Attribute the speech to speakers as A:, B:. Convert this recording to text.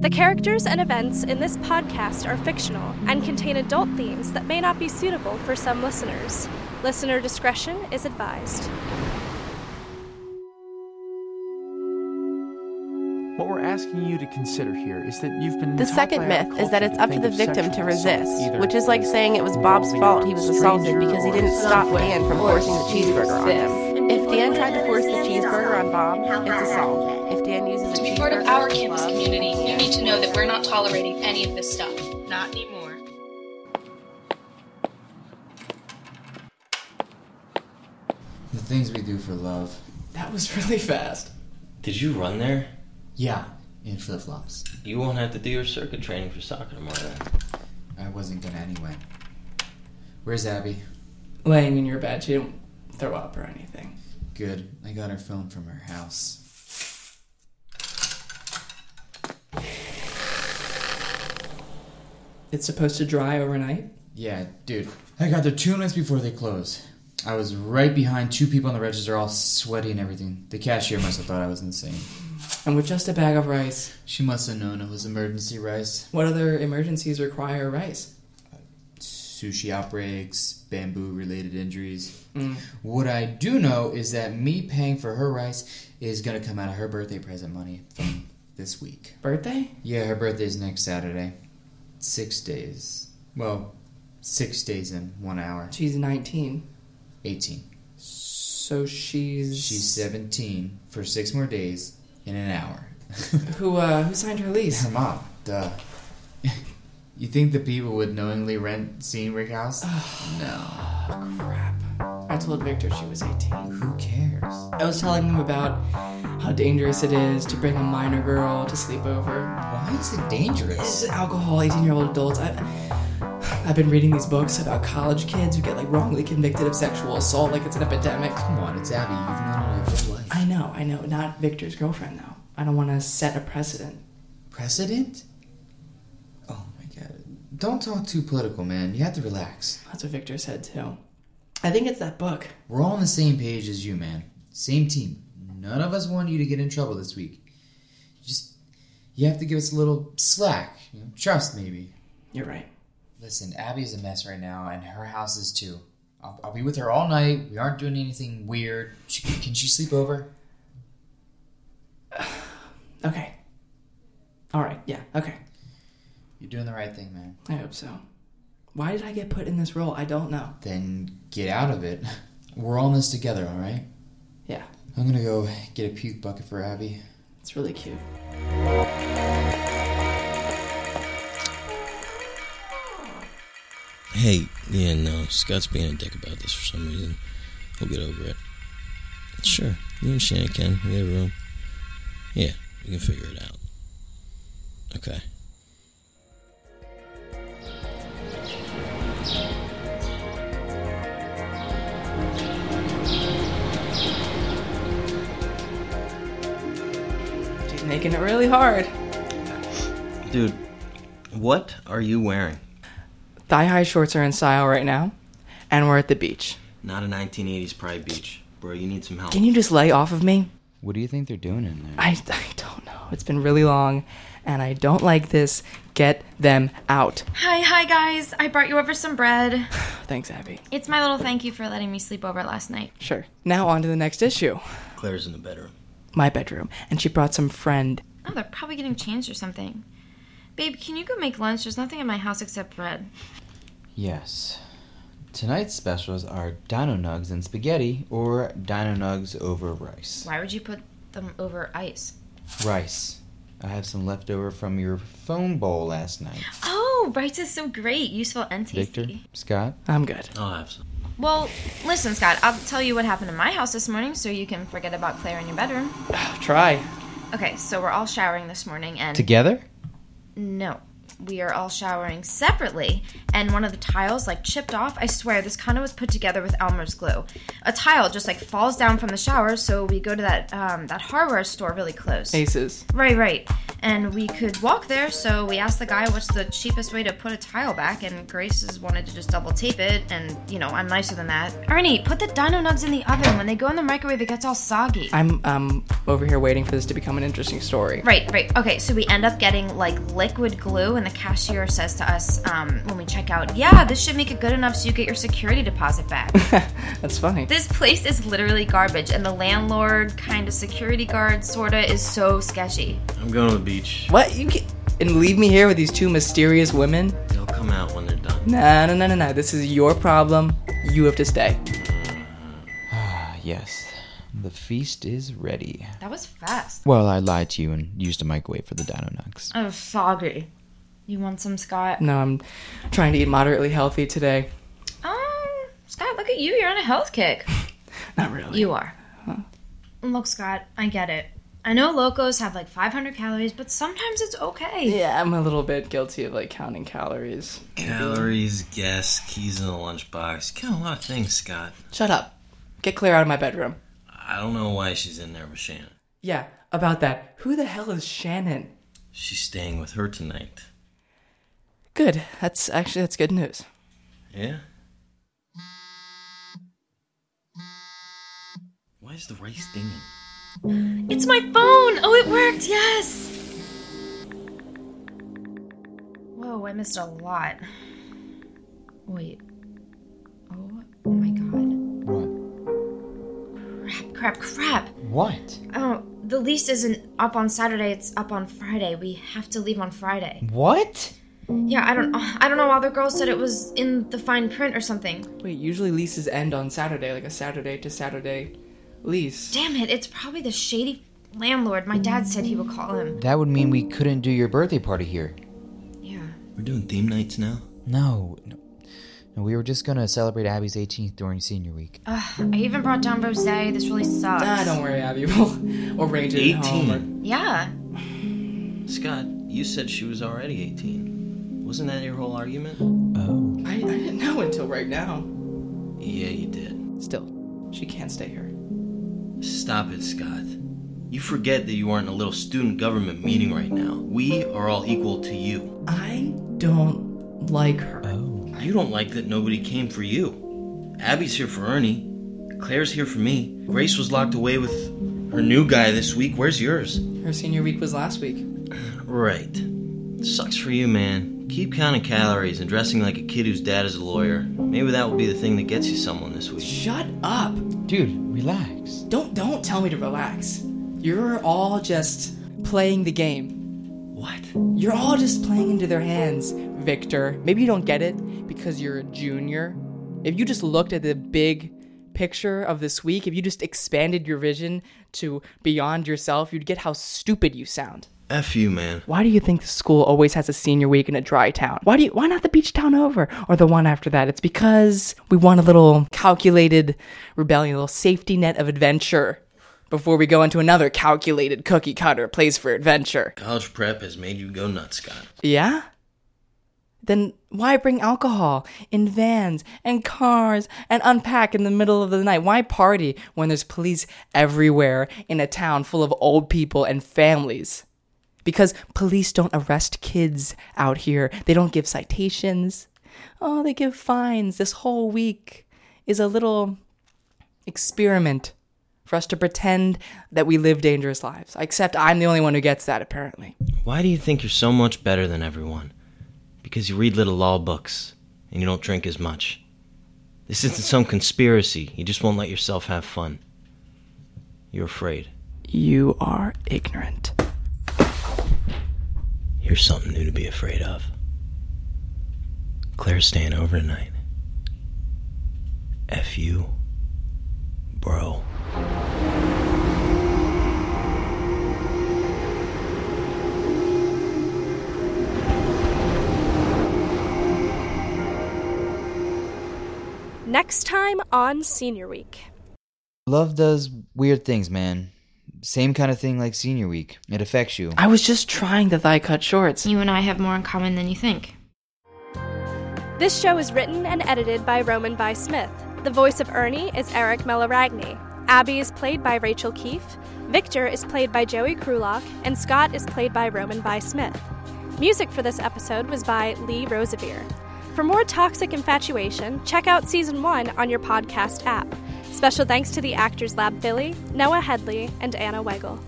A: The characters and events in this podcast are fictional and contain adult themes that may not be suitable for some listeners. Listener discretion is advised.
B: What we're asking you to consider here is that you've been
C: The
B: taught by
C: second
B: our
C: myth is that
B: culture
C: it's up to
B: think
C: the
B: of
C: victim to
B: sexual assault
C: resist,
B: either
C: which is like
B: as
C: saying it was Bob's
B: involving a
C: fault he was assaulted
B: stranger
C: because he
B: or
C: didn't stop
B: something.
C: Dan from forcing the cheeseburger on him. If Dan tried to force the cheeseburger on Bob, it's assault. If Dan uses a
D: To
C: cheeseburger,
D: be part of our
C: as a
D: campus
C: club,
D: community, you
C: it's
D: need to know that we're not tolerating any of this stuff. Not anymore.
E: The things we do for love
F: That was really fast.
G: Did you run there?
F: Yeah.
E: in flip flops.
G: You won't have to do your circuit training for soccer tomorrow. Then.
E: I wasn't gonna anyway. Where's Abby?
F: Laying in your bed, she didn't throw up or anything.
E: Good. I got her phone from her house.
F: It's supposed to dry overnight.
E: Yeah, dude. I got there two minutes before they closed. I was right behind two people on the register, all sweaty and everything. The cashier must have thought I was insane.
F: And with just a bag of rice,
E: She must have known it was emergency rice.
F: what other emergencies require rice?
E: Sushi outbreaks, bamboo related injuries. What I do know is that me paying for her rice is gonna come out of her birthday present money from this week.
F: Birthday?
E: Yeah, her birthday's next Saturday. Six days. Well, six days in one hour.
F: She's 19,
E: 18.
F: so she's.
E: She's 17 for six more days in an hour.
F: Who, uh, who signed her lease?
E: her mom. Duh. you think the people would knowingly rent Scenic House? no.
F: Crap. I told Victor she was 18.
E: Who cares?
F: I was telling him about how dangerous it is to bring a minor girl to sleep over.
E: Why is it
F: It's
E: dangerous?
F: alcohol, 18 year old adults. I, I've been reading these books about college kids who get like wrongly convicted of sexual assault, like it's an epidemic.
E: Come on, it's Abby. You've known her your whole life.
F: I know, I know. Not Victor's girlfriend, though. I don't want to set a precedent.
E: Precedent? Oh my god. Don't talk too political, man. You have to relax.
F: That's what Victor said, too. I think it's that book.
E: We're all on the same page as you, man. Same team. None of us want you to get in trouble this week. You just you have to give us a little slack, you know, trust maybe.
F: You're right.
E: Listen, Abby's a mess right now, and her house is too. I'll, I'll be with her all night. We aren't doing anything weird. She, can she sleep over?
F: Okay. All right, yeah, okay.
E: You're doing the right thing, man.
F: I hope so. Why did I get put in this role? I don't know.
E: Then get out of it. We're all in this together, all right?
F: Yeah,
E: I'm gonna go get a puke bucket for Abby.
F: it's really cute.
G: Hey, yeah, no. Scott's being a dick about this for some reason. We'll get over it. Sure, you and Shannon can. We have room. Yeah, we can figure it out. Okay.
F: She's making it really hard.
G: Dude, what are you wearing?
F: Thigh high shorts are in style right now, and we're at the beach.
G: Not a 1980s Pride Beach. Bro, you need some help.
F: Can you just lay off of me?
E: What do you think they're doing in there?
F: I, I don't know. It's been really long, and I don't like this. Get them out.
H: Hi, hi guys. I brought you over some bread.
F: Thanks, Abby.
H: It's my little thank you for letting me sleep over last night.
F: Sure. Now on to the next issue
G: Claire's in the bedroom.
F: my bedroom. And she brought some friend.
H: Oh, they're probably getting changed or something. Babe, can you go make lunch? There's nothing in my house except bread.
E: Yes. Tonight's specials are Dino Nugs and spaghetti or Dino Nugs over rice.
H: Why would you put them over ice?
E: Rice. I have some leftover from your phone bowl last night.
H: Oh, rice is so great, useful and tasty.
E: Victor? Scott?
F: I'm good.
G: I'll have some.
H: Well, listen, Scott. I'll tell you what happened in my house this morning, so you can forget about Claire in your bedroom.
F: Try.
H: Okay, so we're all showering this morning, and
E: Together?
H: no. We are all showering separately, and one of the tiles like chipped off. I swear this condo was put together with Elmer's glue. A tile just like falls down from the shower, so we go to that um, that hardware store really close.
F: Aces.
H: Right, right. and we could walk there, so we asked the guy what's the cheapest way to put a tile back, and Grace's wanted to just double tape it, and, you know, I'm nicer than that. Ernie, put the dino nubs in the oven. When they go in the microwave, it gets all soggy.
F: I'm um over here waiting for this to become an interesting story.
H: Right, right. Okay, so we end up getting like liquid glue, and the cashier says to us um, when we check out, Yeah, this should make it good enough so you get your security deposit back.
F: That's funny.
H: this place is literally garbage, and the landlord, kind of security guard, sort of, is so sketchy.
I: I'm going to the beach.
F: What you can and leave me here with these two mysterious women?
I: They'll come out when they're done.
F: No, no, no, no, no. This is your problem. You have to stay.
E: Uh, yes, the feast is ready.
H: That was fast.
E: Well, I lied to you and used a microwave for the Dino Nugs.
H: Oh, soggy. You want some, Scott?
F: No, I'm trying to eat moderately healthy today.
H: Um, Scott, look at you. You're on a health kick.
F: Not really.
H: You are. Look, Scott, I get it. I know locos have like 500 calories, but sometimes it's okay.
F: Yeah, I'm a little bit guilty of like counting calories.
I: Calories, gas, keys in the lunchbox. Count a lot of things, Scott.
F: Shut up. Get Claire out of my bedroom.
I: I don't know why she's in there with Shannon.
F: Yeah, about that. Who the hell is Shannon?
I: She's staying with her tonight.
F: Good. That's actually that's good news.
I: Yeah? Why is the rice dinging?
H: It's my phone! Oh, it worked! Yes! Whoa, I missed a lot. Wait. Oh my god.
E: What?
H: Crap, crap, crap!
E: What?
H: Oh, the lease isn't up on Saturday, it's up on Friday. We have to leave on Friday.
E: What?
H: Yeah, I don't I don't know why the girl said it was in the fine print or something.
F: Wait, usually leases end on Saturday, like a Saturday to Saturday lease.
H: Damn it, it's probably the shady landlord my dad said he would call him.
E: That would mean we couldn't do your birthday party here.
H: Yeah.
I: We're doing theme nights now?
E: No, no. No, we were just gonna celebrate Abby's 18th during senior week.
H: Ugh, I even brought down Rose. This really sucks.
F: Ah, don't worry, Abby. We'll arrange it at home. or-
I: 18.
H: Yeah.
I: Scott, you said she was already 18. Wasn't that your whole argument?
E: Oh.
F: I, I didn't know until right now.
I: Yeah, you did.
F: Still, she can't stay here.
I: Stop it, Scott. You forget that you are in a little student government meeting right now. We are all equal to you.
F: I don't like her.
E: Oh.
I: You don't like that nobody came for you. Abby's here for Ernie. Claire's here for me. Grace was locked away with her new guy this week. Where's yours?
F: Her senior week was last week.
I: Right. Sucks for you, man. Keep counting calories and dressing like a kid whose dad is a lawyer. Maybe that will be the thing that gets you someone this week.
F: Shut up.
E: Dude, relax.
F: Don't don't tell me to relax. You're all just playing the game.
I: What?
F: You're all just playing into their hands, Victor. Maybe you don't get it because you're a junior. If you just looked at the big picture of this week, if you just expanded your vision to beyond yourself, you'd get how stupid you sound.
I: F you, man.
F: Why do you think the school always has a senior week in a dry town? Why do you, why not the beach town over or the one after that? It's because we want a little calculated rebellion, a little safety net of adventure before we go into another calculated cookie cutter place for adventure.
I: College prep has made you go nuts, Scott.
F: Yeah? Then why bring alcohol in vans and cars and unpack in the middle of the night? Why party when there's police everywhere in a town full of old people and families? Because police don't arrest kids out here. They don't give citations. Oh, they give fines. This whole week is a little experiment for us to pretend that we live dangerous lives. Except I'm the only one who gets that, apparently.
I: Why do you think you're so much better than everyone? Because you read little law books and you don't drink as much. This isn't some conspiracy. You just won't let yourself have fun. You're afraid.
F: You are ignorant.
I: Here's something new to be afraid of. Claire's staying over tonight. F you, bro.
A: Next time on Senior Week.
E: Love does weird things, man. Same kind of thing like senior week. It affects you.
F: I was just trying the thigh cut shorts.
H: You and I have more in common than you think.
A: This show is written and edited by Roman by Smith. The voice of Ernie is Eric Mellaragni. Abby is played by Rachel Keefe, Victor is played by Joey Krulock, and Scott is played by Roman Vi Smith. Music for this episode was by Lee Rosevere. For more Toxic Infatuation, check out Season 1 on your podcast app. Special thanks to the Actors Lab Philly, Noah Headley, and Anna Weigel.